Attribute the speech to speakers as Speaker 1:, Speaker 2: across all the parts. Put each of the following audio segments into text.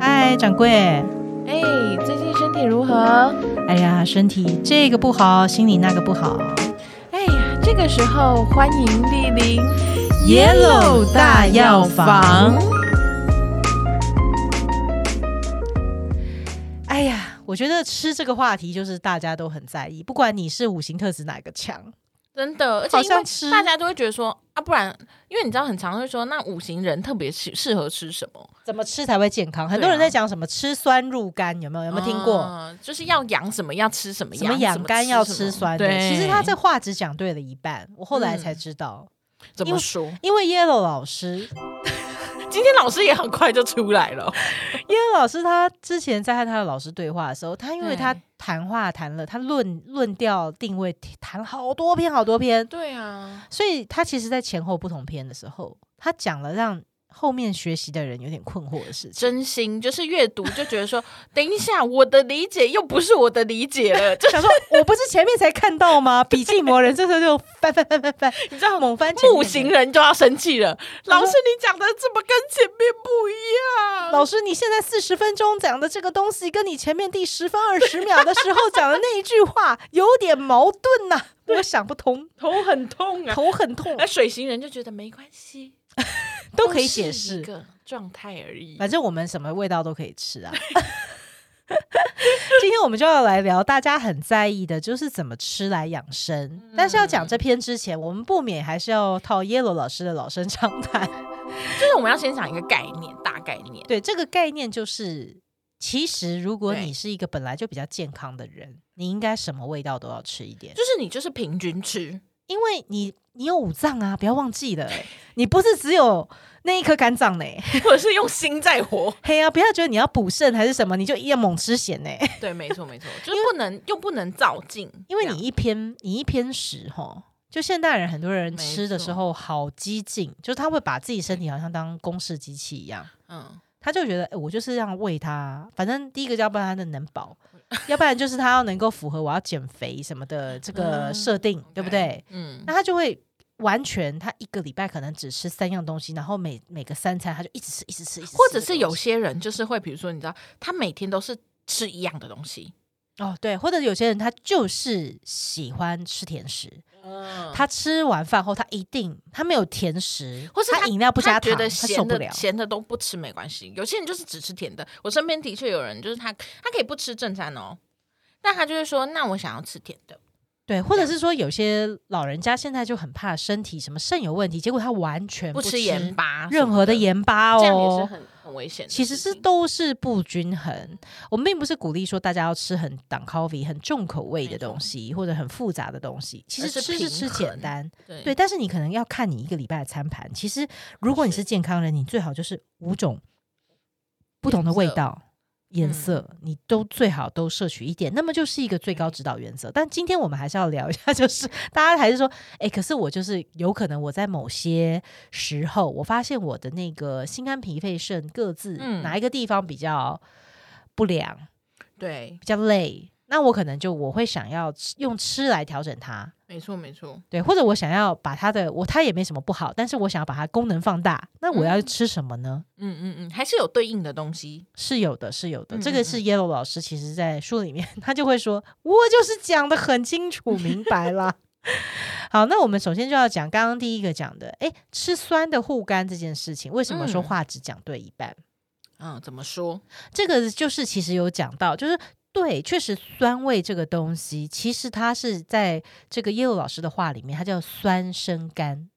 Speaker 1: 嗨，掌柜。
Speaker 2: 哎，最近身体如何？
Speaker 1: 哎呀，身体这个不好，心里那个不好。
Speaker 2: 哎呀，这个时候欢迎莅临
Speaker 1: Yellow 大药房。哎呀，我觉得吃这个话题就是大家都很在意，不管你是五行特质哪个强，
Speaker 2: 真的，而且
Speaker 1: 好
Speaker 2: 因为
Speaker 1: 像吃
Speaker 2: 大家都会觉得说啊，不然，因为你知道，很常会说，那五行人特别适适合吃什么？
Speaker 1: 怎么吃才会健康？很多人在讲什么吃酸入肝，有没有？有
Speaker 2: 有
Speaker 1: 没有听过？
Speaker 2: 啊就是要养什么，要吃什么
Speaker 1: 什
Speaker 2: 羊，
Speaker 1: 么啊养肝要
Speaker 2: 什么
Speaker 1: 吃酸的，
Speaker 2: 对，
Speaker 1: 其实他这话只讲对了一半，我后来才知道，
Speaker 2: 怎
Speaker 1: 因
Speaker 2: 么
Speaker 1: 为
Speaker 2: 说？
Speaker 1: 因为 Yellow 老师
Speaker 2: 今天老师也很快就出来了，
Speaker 1: ，Yellow 老师他之前在和他的老师对话的时候，他因为
Speaker 2: 对
Speaker 1: 他谈话谈了，他论论调定位谈了好多篇好多篇，
Speaker 2: 对啊，
Speaker 1: 所以他其实在前后不同篇的时候，他讲了让后面学习的人有点困惑的事情。
Speaker 2: 真心就是阅读就觉得说， 等一下，我的理解又不是我的理解了，就
Speaker 1: 想说，我不是前面才看到吗？笔记魔人这时候就翻翻翻翻翻，
Speaker 2: 你知道
Speaker 1: 猛翻前面
Speaker 2: 木行。人就要生气了。老师，你讲的怎么跟前面不一样？
Speaker 1: 老师，你现在四十分钟讲的这个东西，跟你前面第十分二十秒的时候讲的那一句话有点矛盾呐、 我想不通，
Speaker 2: 头很痛啊。
Speaker 1: 头很痛
Speaker 2: 那，水行人就觉得没关系，
Speaker 1: 都可以
Speaker 2: 是
Speaker 1: 解
Speaker 2: 一
Speaker 1: 释。
Speaker 2: 个状态而已。
Speaker 1: 反正我们什么味道都可以吃啊。 今天我们就要来聊大家很在意的，就是怎么吃来养生。但是要讲这篇之前，我们不免还是要套 Yellow 老师的老生常谈。
Speaker 2: 就是我们要先讲一个概念，大概念。
Speaker 1: 对，这个概念就是，其实如果
Speaker 2: 对
Speaker 1: 你是一个本来就比较健康的人，你应该什么味道都要吃一点，
Speaker 2: 就是你就是平均吃，
Speaker 1: 因为你你有五脏啊，不要忘记了，你不是只有那一颗肝脏呢。
Speaker 2: 或者是用心在活。
Speaker 1: 嘿啊，不要觉得你要补肾还是什么，你就一猛吃咸呢。
Speaker 2: 对，没错没错，就是不能又不能造进，
Speaker 1: 因为
Speaker 2: 这样
Speaker 1: 你一偏你一偏食吼，就现代人很多人吃的时候好激进，就是他会把自己身体好像当公式机器一样，
Speaker 2: 嗯，
Speaker 1: 他就觉得、诶我就是这样喂他，反正第一个要不然他能 饱，要不然就是他要能够符合我要减肥什么的这个
Speaker 2: 嗯
Speaker 1: 设定，对不对？？
Speaker 2: 嗯
Speaker 1: 那，他就会。完全，他一个礼拜可能只吃三样东西，然后每每个三餐他就一直吃，一直吃，一直吃
Speaker 2: 或者是
Speaker 1: 这个
Speaker 2: 有
Speaker 1: 东西
Speaker 2: 些人就是会，比如说你知道，他每天都是吃一样的东西，
Speaker 1: 哦，对，或者有些人他就是喜欢吃甜食，
Speaker 2: 嗯，
Speaker 1: 他吃完饭后，他一定他没有甜食，
Speaker 2: 或是
Speaker 1: 他
Speaker 2: 他
Speaker 1: 饮料不加
Speaker 2: 他
Speaker 1: 糖，
Speaker 2: 觉得
Speaker 1: 他受
Speaker 2: 咸
Speaker 1: 不
Speaker 2: 的
Speaker 1: 了。
Speaker 2: 咸的都不吃没关系。有些人就是只吃甜的，我身边的确有人就是他，他可以不吃正餐哦，但他就会说，那我想要吃甜的。
Speaker 1: 对，或者是说有些老人家现在就很怕身体什么肾有问题，结果他完全
Speaker 2: 不
Speaker 1: 吃
Speaker 2: 吃盐巴什么，
Speaker 1: 任何的盐巴
Speaker 2: 这样也是
Speaker 1: 哦。
Speaker 2: 很很危险的事
Speaker 1: 其
Speaker 2: 情。
Speaker 1: 实是都是不均衡，我们并不是鼓励说大家要吃很挡 coffee、很重口味的
Speaker 2: 没错
Speaker 1: 东西或者很复杂的东西。其
Speaker 2: 而
Speaker 1: 实
Speaker 2: 是
Speaker 1: 吃是
Speaker 2: 平
Speaker 1: 吃简
Speaker 2: 衡
Speaker 1: 单，
Speaker 2: 对
Speaker 1: 对，但是你可能要看你一个礼拜的餐盘。其实如果你是
Speaker 2: 是
Speaker 1: 健康人，你最好就是五种不同的
Speaker 2: 颜
Speaker 1: 味
Speaker 2: 色
Speaker 1: 道。颜
Speaker 2: 嗯
Speaker 1: 色你都最好都摄取一点，那么就是一个最高指导原则。但今天我们还是要聊一下， 就是大家还是说，哎、可是我就是有可能我在某些时候，我发现我的那个心肝脾肺肾各自
Speaker 2: 嗯
Speaker 1: 哪一个地方比较不良，
Speaker 2: 对，
Speaker 1: 比较累，那我可能就我会想要吃用吃来调整它。
Speaker 2: 没错没错，
Speaker 1: 对，或者我想要把它的我它也没什么不好，但是我想要把它功能放大，那我要
Speaker 2: 嗯
Speaker 1: 吃什么呢？
Speaker 2: 嗯嗯嗯，还是有对应的东西。
Speaker 1: 是有的，是有的。
Speaker 2: 嗯
Speaker 1: 这个
Speaker 2: 嗯
Speaker 1: 是
Speaker 2: 嗯
Speaker 1: Yellow 老师，其实在书里面他就会说，我就是讲的很清楚明白啦。 好，那我们首先就要讲刚刚第一个讲的，哎，吃酸的护肝这件事情，为什么说
Speaker 2: 嗯
Speaker 1: 话只讲对一半？
Speaker 2: 嗯，怎么说？
Speaker 1: 这个就是其实有讲到，就是对，确实酸味这个东西，其实它是在这个 Yellow 老师的话里面，它叫酸生肝。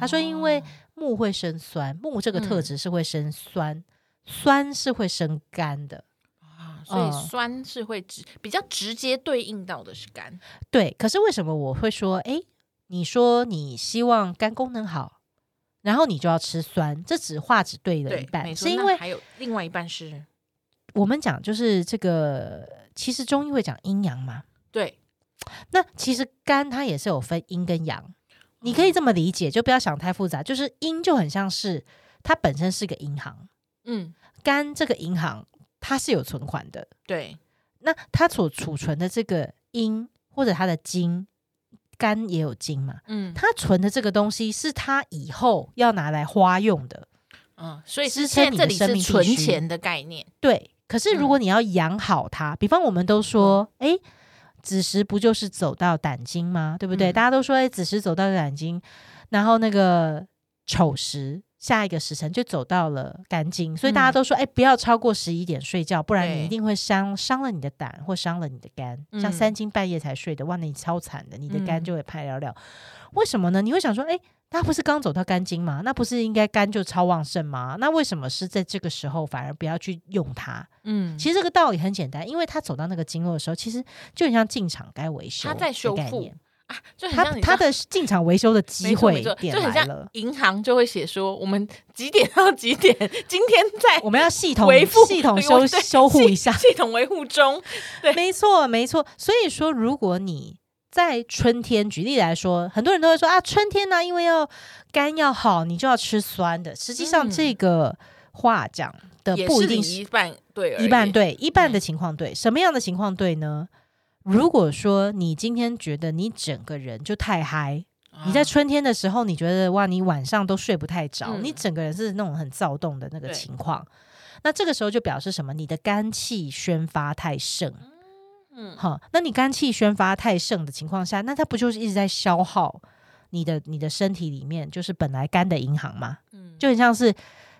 Speaker 1: 他说因为
Speaker 2: 哦
Speaker 1: 木会生酸，木这个特
Speaker 2: 嗯
Speaker 1: 质是会生酸，酸是会生肝的。
Speaker 2: 啊，所以
Speaker 1: 嗯
Speaker 2: 酸是会直比较直接对应到的是肝。
Speaker 1: 对，可是为什么我会说，诶，你说你希望肝功能好，然后你就要吃酸，这只话只对了
Speaker 2: 对
Speaker 1: 一，半，
Speaker 2: 没
Speaker 1: 是
Speaker 2: 错。
Speaker 1: 因
Speaker 2: 那
Speaker 1: 为
Speaker 2: 还有另外一半是
Speaker 1: 我们讲就是这个，其实中医会讲阴阳嘛，
Speaker 2: 对，
Speaker 1: 那其实肝它也是有分阴跟
Speaker 2: 哦
Speaker 1: 阳，你可以这么理解，就不要想太复杂，就是阴就很像是它本身是个银行，
Speaker 2: 嗯，
Speaker 1: 肝这个银行它是有存款的。
Speaker 2: 对，
Speaker 1: 那它所储存的这个阴或者它的精，肝也有精嘛，
Speaker 2: 嗯，
Speaker 1: 它存的这个东西是它以后要拿来花用的，
Speaker 2: 嗯，所以
Speaker 1: 支
Speaker 2: 是
Speaker 1: 撑
Speaker 2: 现
Speaker 1: 你
Speaker 2: 在这
Speaker 1: 的
Speaker 2: 里
Speaker 1: 生命
Speaker 2: 是
Speaker 1: 必
Speaker 2: 存
Speaker 1: 须
Speaker 2: 钱的概念，
Speaker 1: 对，可是如果
Speaker 2: 嗯
Speaker 1: 你要养好它，比方我们都说，诶，子时不就是走到胆经吗？对不对？
Speaker 2: 嗯
Speaker 1: 大家都说，诶，子时走到胆经，然后那个丑时下一个时辰就走到了肝经，所以大家
Speaker 2: 嗯
Speaker 1: 都说，诶，不要超过十一点睡觉，不然你
Speaker 2: 对
Speaker 1: 一定会伤伤了你的胆或伤了你的肝。像
Speaker 2: 嗯
Speaker 1: 三更半夜才睡的，哇，那你超惨的，你的肝
Speaker 2: 嗯
Speaker 1: 就会排了了。为什么呢？你会想说，诶，那不是刚走到肝经吗？那不是应该肝就超旺盛吗？那为什么是在这个时候反而不要去用它？
Speaker 2: 嗯，
Speaker 1: 其实这个道理很简单，因为他走到那个经络的时候，其实就很像进场该维修，
Speaker 2: 他在修复，啊，就很
Speaker 1: 他
Speaker 2: 像你
Speaker 1: 他
Speaker 2: 知道
Speaker 1: 的进场维修的
Speaker 2: 没
Speaker 1: 机
Speaker 2: 错没
Speaker 1: 会
Speaker 2: 错
Speaker 1: 点
Speaker 2: 就很
Speaker 1: 来
Speaker 2: 像
Speaker 1: 了。
Speaker 2: 银行就会写说我们几点到几点，今天在
Speaker 1: 我们要 系统
Speaker 2: 维护
Speaker 1: 系统
Speaker 2: 维
Speaker 1: 修
Speaker 2: 护对
Speaker 1: 修护
Speaker 2: 系
Speaker 1: 一下，
Speaker 2: 系统维护中，
Speaker 1: 没错没错。所以说，如果你在春天，举例来说，很多人都会说啊，春天呢、因为要肝要好，你就要吃酸的。实际上，
Speaker 2: 嗯
Speaker 1: 这个话讲的
Speaker 2: 也
Speaker 1: 不一
Speaker 2: 是
Speaker 1: 定
Speaker 2: 你
Speaker 1: 是
Speaker 2: 一半对而
Speaker 1: 一半
Speaker 2: 已，
Speaker 1: 对，一半
Speaker 2: 嗯
Speaker 1: 的情况对。什么样的情况对呢？如果说你今天觉得你整个人就太嗨，你在
Speaker 2: 啊
Speaker 1: 春天的时候，你觉得哇，你晚上都睡不太着，你
Speaker 2: 嗯
Speaker 1: 整个人是那种很躁动的那个
Speaker 2: 对
Speaker 1: 情况。那这个时候就表示什么？你的肝气宣发太盛，
Speaker 2: 嗯
Speaker 1: 哈，那你肝气宣发太盛的情况下，那它不就是一直在消耗你的你的身体里面就是本来肝的银行吗？
Speaker 2: 嗯
Speaker 1: 就很像是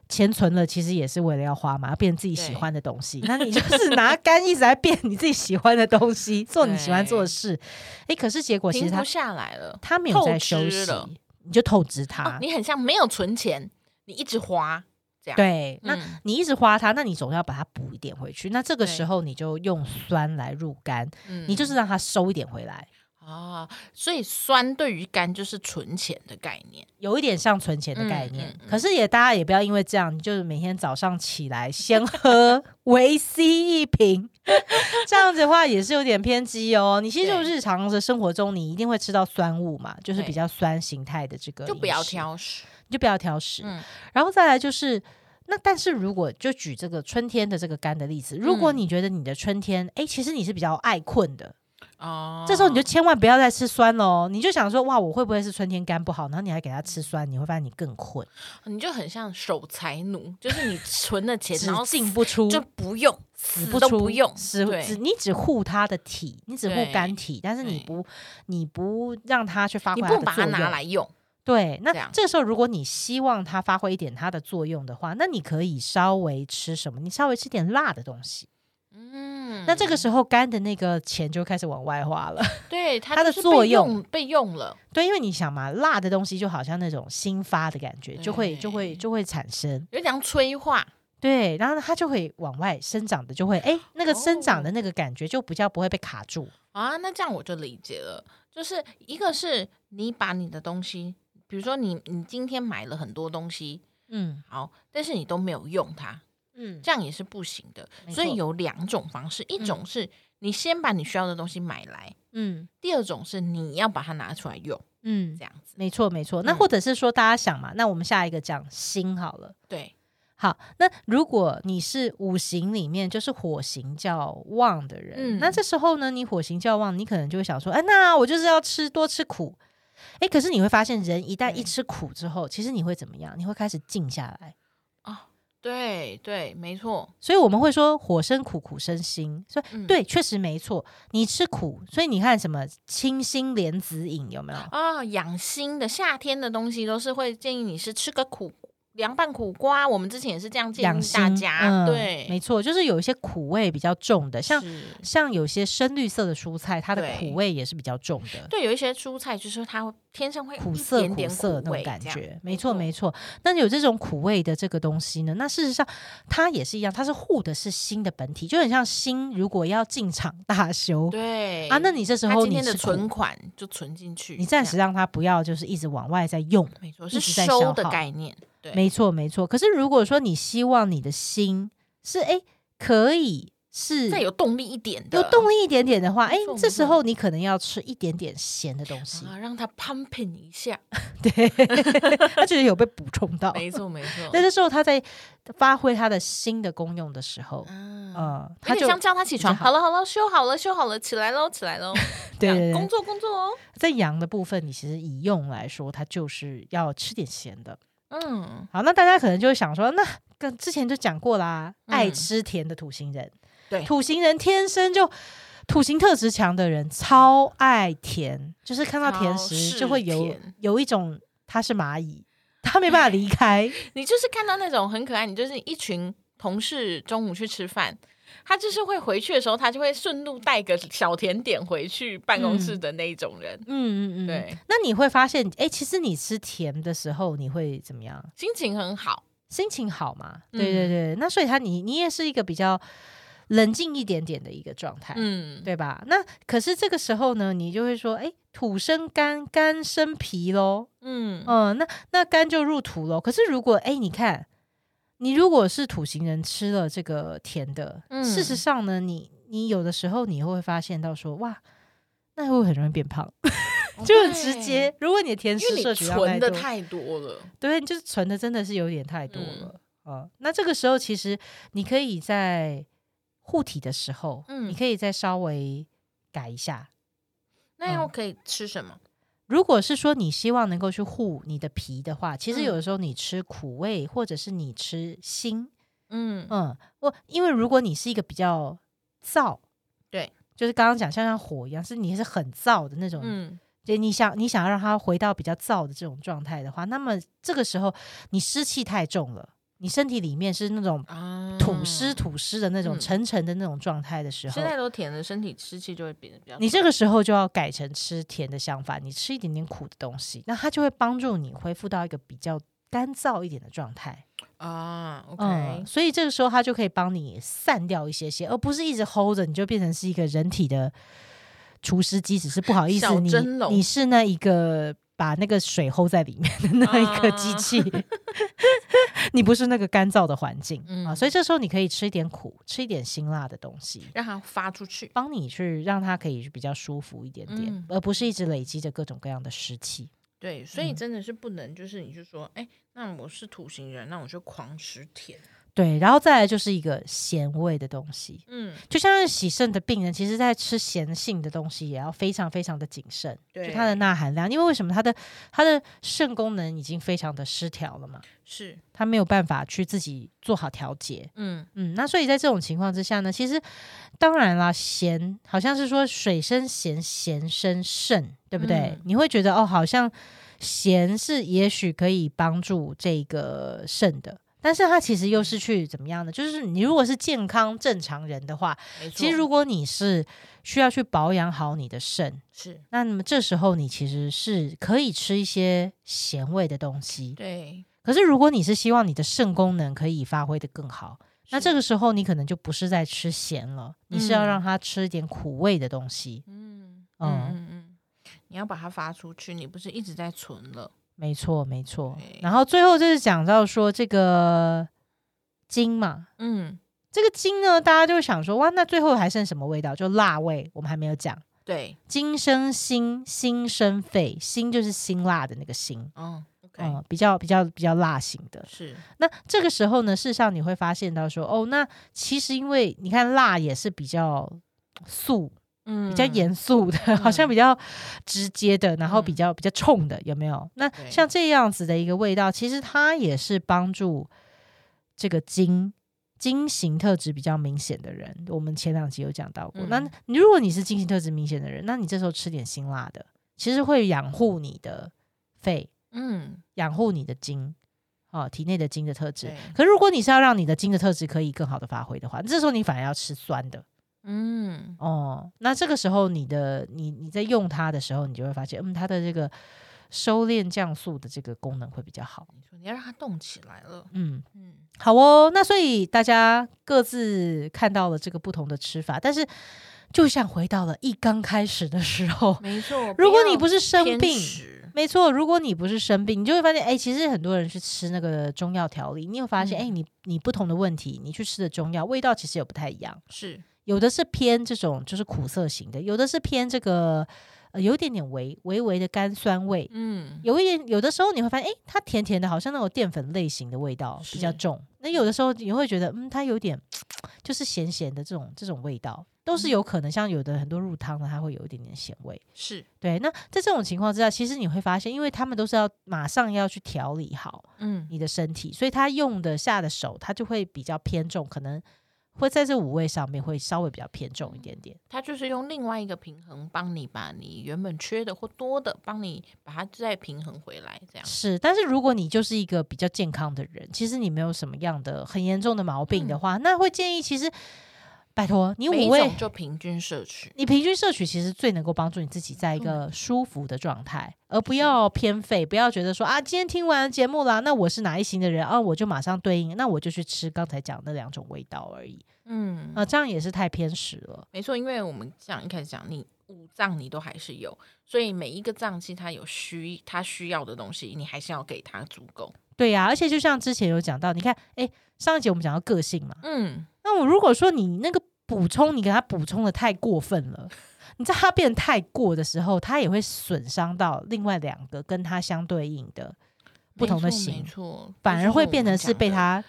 Speaker 1: 钱存了，其实也是为了要花嘛，要变自己喜
Speaker 2: 对
Speaker 1: 欢的东西。那你就是拿肝一直在变你自己喜欢的东 西，做你喜欢做的事。诶，可是结果其
Speaker 2: 停
Speaker 1: 实他
Speaker 2: 不下来了。
Speaker 1: 他没有在
Speaker 2: 透
Speaker 1: 休
Speaker 2: 支
Speaker 1: 息
Speaker 2: 了，嗯
Speaker 1: 你就透支他。
Speaker 2: 哦，你很像没有存钱，你一直花，
Speaker 1: 对，那
Speaker 2: 嗯
Speaker 1: 你一直花它，那你总要把它补一点回去。那这个
Speaker 2: 对
Speaker 1: 时候你就用酸来入肝，
Speaker 2: 嗯
Speaker 1: 你就是让它收一点回来，
Speaker 2: 啊，所以酸对于肝就是存钱的概念，
Speaker 1: 有一点像存钱的概
Speaker 2: 嗯
Speaker 1: 念。
Speaker 2: 嗯嗯
Speaker 1: 可是也大家也不要因为这样，你就是每天早上起 来先喝维 C 一瓶， 这样子的话也是有点偏激哦。你其实就
Speaker 2: 对
Speaker 1: 日常的生活中，你一定会吃到酸物嘛，就是比
Speaker 2: 对
Speaker 1: 较酸形态的这个，
Speaker 2: 就不要，挑食。
Speaker 1: 你就不要挑食。
Speaker 2: 嗯
Speaker 1: 然后再来就是。那但是如果就举这个春天的这个肝的例子，如果
Speaker 2: 嗯
Speaker 1: 你觉得你的春天，哎、其实你是比较爱困的，
Speaker 2: 哦，
Speaker 1: 这时候你就千万不要再吃酸喽，你就想说哇，我会不会是春天肝不好？然后你还给它吃酸，你会发现你更困，
Speaker 2: 你就很像守财奴，就是你存的 钱，
Speaker 1: 只
Speaker 2: 然后
Speaker 1: 进
Speaker 2: 死
Speaker 1: 不出，
Speaker 2: 就不用，
Speaker 1: 死
Speaker 2: 死
Speaker 1: 不
Speaker 2: 都
Speaker 1: 出
Speaker 2: 不用，
Speaker 1: 死
Speaker 2: 对
Speaker 1: 只你只护它的体，你只护
Speaker 2: 对
Speaker 1: 肝体，但是你
Speaker 2: 对
Speaker 1: 不你不让它去发挥
Speaker 2: 你
Speaker 1: 它
Speaker 2: 不
Speaker 1: 的
Speaker 2: 把它
Speaker 1: 作
Speaker 2: 拿
Speaker 1: 用
Speaker 2: 来用，
Speaker 1: 对，那
Speaker 2: 这样
Speaker 1: 这时候如果你希望它发挥一点它的作用的话，那你可以稍微吃什么？你稍微吃点辣的东西。
Speaker 2: 嗯，
Speaker 1: 那这个时候肝的那个钱就开始往外花了。
Speaker 2: 对它
Speaker 1: 它的
Speaker 2: 就是
Speaker 1: 作
Speaker 2: 被
Speaker 1: 用
Speaker 2: 用被用了，
Speaker 1: 对，因为你想嘛，辣的东西就好像那种新发的感觉，就会就会
Speaker 2: 对
Speaker 1: 就会产生。
Speaker 2: 有点像催化，
Speaker 1: 对，然后它就会往外生长的，就会哎，那个生长
Speaker 2: 哦
Speaker 1: 的那个感觉就比较不会被卡住。
Speaker 2: 啊，那这样我就理解了，就是一个是你把你的东西，比如说你你今天买了很多东西，
Speaker 1: 嗯
Speaker 2: 好，但是你都没有用它，
Speaker 1: 嗯，
Speaker 2: 这样也是不行的。
Speaker 1: 没
Speaker 2: 所以
Speaker 1: 错
Speaker 2: 有两种方式，一种是你先把你需要的东西买来，
Speaker 1: 嗯
Speaker 2: 第二种是你要把它拿出来用，
Speaker 1: 嗯
Speaker 2: 这，样嗯子。
Speaker 1: 没错没错。那或者是说大家想嘛，那我们下一个讲心好了。
Speaker 2: 对，
Speaker 1: 好，那如果你是五行里面就是火行较旺的人，
Speaker 2: 嗯
Speaker 1: 那这时候呢，你火行较旺，你可能就会想说，哎，那我就是要吃多吃苦。哎，可是你会发现，人一旦一
Speaker 2: 对
Speaker 1: 吃苦之后，其实你会怎么样？你会开始静下来。
Speaker 2: 对，对，没错。
Speaker 1: 所以我们会说火生苦，苦生辛。所以
Speaker 2: 嗯
Speaker 1: 对，确实没错，你吃苦，所以你看什么清心莲子饮有没有？
Speaker 2: 哦，养心的夏天的东西都是会建议你是吃个苦凉拌苦瓜，我们之前也是这样建
Speaker 1: 养
Speaker 2: 议
Speaker 1: 心
Speaker 2: 大家。
Speaker 1: 嗯
Speaker 2: 对，
Speaker 1: 没错，就是有一些苦味比较重的，像
Speaker 2: 是
Speaker 1: 像有些深绿色的蔬菜，它的
Speaker 2: 对
Speaker 1: 苦味也是比较重的。
Speaker 2: 对，有一些蔬菜就是它会天 上会
Speaker 1: 苦
Speaker 2: 一
Speaker 1: 涩
Speaker 2: 点
Speaker 1: 苦
Speaker 2: 点
Speaker 1: 涩那
Speaker 2: 味
Speaker 1: 种感
Speaker 2: 这样
Speaker 1: 觉，没错没错。那有这种苦味的这个东西呢，那事实上它也是一样，它是护的是心的本体，就很像心如果要进场大修
Speaker 2: 对
Speaker 1: 啊，那你这时
Speaker 2: 它
Speaker 1: 候
Speaker 2: 今
Speaker 1: 你
Speaker 2: 天的
Speaker 1: 是苦
Speaker 2: 存款就存进去，
Speaker 1: 你
Speaker 2: 这
Speaker 1: 暂
Speaker 2: 样
Speaker 1: 时让它不要就是一直往外在用，
Speaker 2: 没错
Speaker 1: 一
Speaker 2: 是
Speaker 1: 直在消
Speaker 2: 收的
Speaker 1: 耗
Speaker 2: 概念，对
Speaker 1: 没错没错。可是如果说你希望你的心是哎、诶可以是
Speaker 2: 再有动力一点的，
Speaker 1: 有动力一点点的话，哎、
Speaker 2: 没错
Speaker 1: 这
Speaker 2: 没
Speaker 1: 时
Speaker 2: 错
Speaker 1: 候你可能要吃一点点咸的东西，
Speaker 2: 啊，让它 pumping 一下，
Speaker 1: 对，他觉得有被补充到。
Speaker 2: 没错没 错，
Speaker 1: 那这时候他在发挥他的新的功用的时候，
Speaker 2: 嗯。
Speaker 1: 呃，他
Speaker 2: 有
Speaker 1: 就
Speaker 2: 点像叫他起
Speaker 1: 比
Speaker 2: 床，
Speaker 1: 较好
Speaker 2: 好了好了，修好了修好了，起来喽起来喽，这
Speaker 1: 对
Speaker 2: 样
Speaker 1: 对
Speaker 2: 工
Speaker 1: 对，
Speaker 2: 作工作哦。
Speaker 1: 在阳的部分，你其实以用来说，它就是要吃点咸的。
Speaker 2: 嗯，
Speaker 1: 好，那大家可能就会想说，那跟之前就讲过啦，
Speaker 2: 嗯
Speaker 1: 爱吃甜的土星人，
Speaker 2: 对
Speaker 1: 土星人天生就土型特质强的人超爱甜，就是看到甜
Speaker 2: 超
Speaker 1: 食
Speaker 2: 嗜
Speaker 1: 就会有
Speaker 2: 甜
Speaker 1: 有一种他是蚂蚁，他没办法 离开，
Speaker 2: 你就是看到那种很可爱，你就是一群同事中午去吃饭，他就是会回去的时候，他就会顺路带个小甜点回去办公室的那一种人，
Speaker 1: 嗯嗯嗯，。
Speaker 2: 对，
Speaker 1: 那你会发现，哎、其实你吃甜的时候，你会怎么样？
Speaker 2: 心情很好。
Speaker 1: 心情好嘛？
Speaker 2: 嗯
Speaker 1: 对对对，那所以他你你也是一个比较冷静一点点的一个状态，
Speaker 2: 嗯，
Speaker 1: 对吧？那可是这个时候呢，你就会说，哎，土生肝，肝生脾喽，
Speaker 2: 嗯，
Speaker 1: 嗯、那那肝就入土喽。可是如果，哎，你看，你如果是土型人吃了这个甜的，
Speaker 2: 嗯
Speaker 1: 事实上呢，你你有的时候你会发现到说，哇，那会很容易变胖，就很直接。如果你的甜
Speaker 2: 哦对，
Speaker 1: 食
Speaker 2: 因为
Speaker 1: 摄
Speaker 2: 你
Speaker 1: 取量
Speaker 2: 存的
Speaker 1: 多
Speaker 2: 太多了。
Speaker 1: 对，你就是存的真的是有点太多
Speaker 2: 嗯
Speaker 1: 了啊、呃那这个时候，其实你可以在护体的时候，
Speaker 2: 嗯
Speaker 1: 你可以再稍微改一下。
Speaker 2: 那要
Speaker 1: 嗯
Speaker 2: 可以吃什么？
Speaker 1: 如果是说你希望能够去护你的皮的话，其实有
Speaker 2: 嗯
Speaker 1: 的时候你吃苦味，或者是你吃锌，
Speaker 2: 嗯
Speaker 1: 嗯，我因为如果你是一个比较燥，
Speaker 2: 对，
Speaker 1: 就是刚刚讲像像火一样，是你是很燥的那种
Speaker 2: 嗯，
Speaker 1: 就你想你想要让它回到比较燥的这种状态的话，那么这个时候你湿气太重了，你身体里面是那种
Speaker 2: 啊
Speaker 1: 土湿土湿的那种
Speaker 2: 嗯
Speaker 1: 沉沉的那种状态的时
Speaker 2: 吃
Speaker 1: 候，
Speaker 2: 太多甜的，身体湿气就会变得比较。
Speaker 1: 你这个时候就要改成吃甜的相反，你吃一点点苦的东西，那它就会帮助你恢复到一个比较干燥一点的状态。
Speaker 2: 啊，OK，
Speaker 1: 嗯，所以这个时候它就可以帮你散掉一些些，而不是一直 hold 着，你就变成是一个人体的除湿机，只是不好意思，
Speaker 2: 小
Speaker 1: 你
Speaker 2: 蒸笼
Speaker 1: 你是那一个把那个水 hold 在里面的那一个
Speaker 2: 啊
Speaker 1: 机器， 你不是那个干燥的环境、啊，
Speaker 2: 嗯
Speaker 1: 所以这时候你可以吃一点苦，吃一点辛辣的东西。
Speaker 2: 让它发出去。
Speaker 1: 帮你去让它可以比较舒服一点点，
Speaker 2: 嗯
Speaker 1: 而不是一直累积着各种各样的湿气。
Speaker 2: 对，所以
Speaker 1: 嗯
Speaker 2: 真的是不能，就是你就说，哎，那我是土型人，那我就狂吃甜。
Speaker 1: 对，然后再来就是一个咸味的东西，
Speaker 2: 嗯，
Speaker 1: 就像是洗肾的病人，其实在吃咸性的东西也要非常非常的谨慎，
Speaker 2: 对
Speaker 1: 就它的钠含量，因为为什么它的它的肾功能已经非常的失调了嘛，
Speaker 2: 是，
Speaker 1: 它没有办法去自己做好调节，
Speaker 2: 嗯
Speaker 1: 嗯，那所以在这种情况之下呢，其实当然啦，咸好像是说水生咸，咸生肾，对不对？
Speaker 2: 嗯
Speaker 1: 你会觉得哦，好像咸是也许可以帮助这个肾的。但是它其实又是去怎么样呢？就是你如果是健康正常人的话，
Speaker 2: 没错，
Speaker 1: 其实如果你是需要去保养好你的肾，
Speaker 2: 是
Speaker 1: 那么这时候你其实是可以吃一些咸味的东西。
Speaker 2: 对，
Speaker 1: 可是如果你是希望你的肾功能可以发挥的更好，那
Speaker 2: 是
Speaker 1: 这个时候你可能就不是在吃咸了，你是要
Speaker 2: 嗯
Speaker 1: 让它吃一点苦味的东西。
Speaker 2: 嗯嗯
Speaker 1: 嗯
Speaker 2: 嗯嗯，你要把它发出去，你不是一直在存了？
Speaker 1: 没错，没错
Speaker 2: 对。
Speaker 1: 然后最后就是讲到说这个精嘛。
Speaker 2: 嗯，
Speaker 1: 这个精呢，大家就会想说，哇，那最后还剩什么味道？就辣味，我们还没有讲。
Speaker 2: 对，
Speaker 1: 金生辛，辛生肺，辛就是辛辣的那个辛，
Speaker 2: 嗯，OK，
Speaker 1: 嗯，比较比较比较辣型的。
Speaker 2: 是，
Speaker 1: 那这个时候呢，事实上你会发现到说，哦，那其实因为你看辣也是比较素、
Speaker 2: 嗯嗯
Speaker 1: 比较，严肃的，好像比较直接的，然后比较比较冲的，有没有？那
Speaker 2: 对
Speaker 1: 像这样子的一个味道，其实它也是帮助这个金。金型特质比较明显的人，我们前两集有讲到过。
Speaker 2: 嗯
Speaker 1: 那你如果你是金型特质明显的人，那你这时候吃点辛辣的，其实会养护你的肺，
Speaker 2: 嗯，
Speaker 1: 养护你的精，啊，体内的精的特质
Speaker 2: 对。
Speaker 1: 可如果你是要让你的精的特质可以更好的发挥的话，这时候你反而要吃酸的
Speaker 2: 嗯，
Speaker 1: 哦。那这个时候你的你你在用它的时候，你就会发现，嗯，它的这个收敛降速的这个功能会比较好。
Speaker 2: 你说你要让它动起来了，
Speaker 1: 嗯，
Speaker 2: 嗯，
Speaker 1: 好哦。那所以大家各自看到了这个不同的吃法，但是就像回到了一刚开始的时候，
Speaker 2: 没错。
Speaker 1: 如果你
Speaker 2: 要
Speaker 1: 不是生
Speaker 2: 偏
Speaker 1: 病
Speaker 2: 食
Speaker 1: 没错，如果你不是生病，你就会发现，哎、其实很多人去吃那个中药调理，你会发现，哎、
Speaker 2: 嗯
Speaker 1: 你你不同的问题，你去吃的中药味道其实也不太一样，
Speaker 2: 是，
Speaker 1: 有的是偏这种就是苦涩型的，有的是偏这个呃有一点点微微微的甘酸味，
Speaker 2: 嗯，
Speaker 1: 有一点有的时候你会发现，哎、它甜甜的，好像那种淀粉类型的味道比较
Speaker 2: 是
Speaker 1: 重，那有的时候你会觉得，嗯，它有点就是咸咸的这种这种味道，都是有可能。像有的很多入汤的，它会有一点点咸味。
Speaker 2: 是，
Speaker 1: 对，那在这种情况之下，其实你会发现，因为他们都是要马上要去调理好
Speaker 2: 嗯，
Speaker 1: 你的身体，所以他用的下的手，他就会比较偏重，可能会在这五味上面会稍微比较偏重一点点。
Speaker 2: 它就是用另外一个平衡，帮你把你原本缺的或多的，帮你把它再平衡回来，这样。
Speaker 1: 是，但是如果你就是一个比较健康的人，其实你没有什么样的很严重的毛病的话，那会建议其实拜托你
Speaker 2: 嗯每
Speaker 1: 五
Speaker 2: 一
Speaker 1: 味
Speaker 2: 种就平均摄取，
Speaker 1: 你平均摄取其实最能够帮助你自己在一个舒服的状态，而不要偏废，不要觉得说啊，今天听完节目啦，那我是哪一型的人啊，我就马上对应，那我就去吃刚才讲的两种味道而已
Speaker 2: 嗯
Speaker 1: 啊，这样也是太偏食了。
Speaker 2: 没错，因为我们讲一开始讲，你五脏你都还是有，所以每一个脏器它有需它需要的东西，你还是要给它足够。
Speaker 1: 对呀、而且就像之前有讲到，你看，哎，上一节我们讲到个性嘛，
Speaker 2: 嗯，
Speaker 1: 那我如果说你那个补充，你给他补充的太过分了，你知道他变得太过的时候，他也会损伤到另外两个跟他相对应的不同的
Speaker 2: 没错没
Speaker 1: 型，
Speaker 2: 错，
Speaker 1: 反而会变成是被
Speaker 2: 它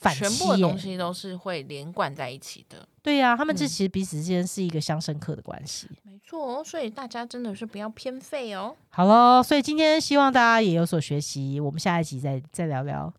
Speaker 1: 他反
Speaker 2: 全
Speaker 1: 击
Speaker 2: 部的东
Speaker 1: 耶。
Speaker 2: 西都是会连贯在一起的。
Speaker 1: 对呀、他们这
Speaker 2: 嗯
Speaker 1: 其实彼此之间是一个相生克的关系。
Speaker 2: 没错哦，所以大家真的是不要偏废哦。
Speaker 1: 好喽，所以今天希望大家也有所学习，我们下一集再再聊聊。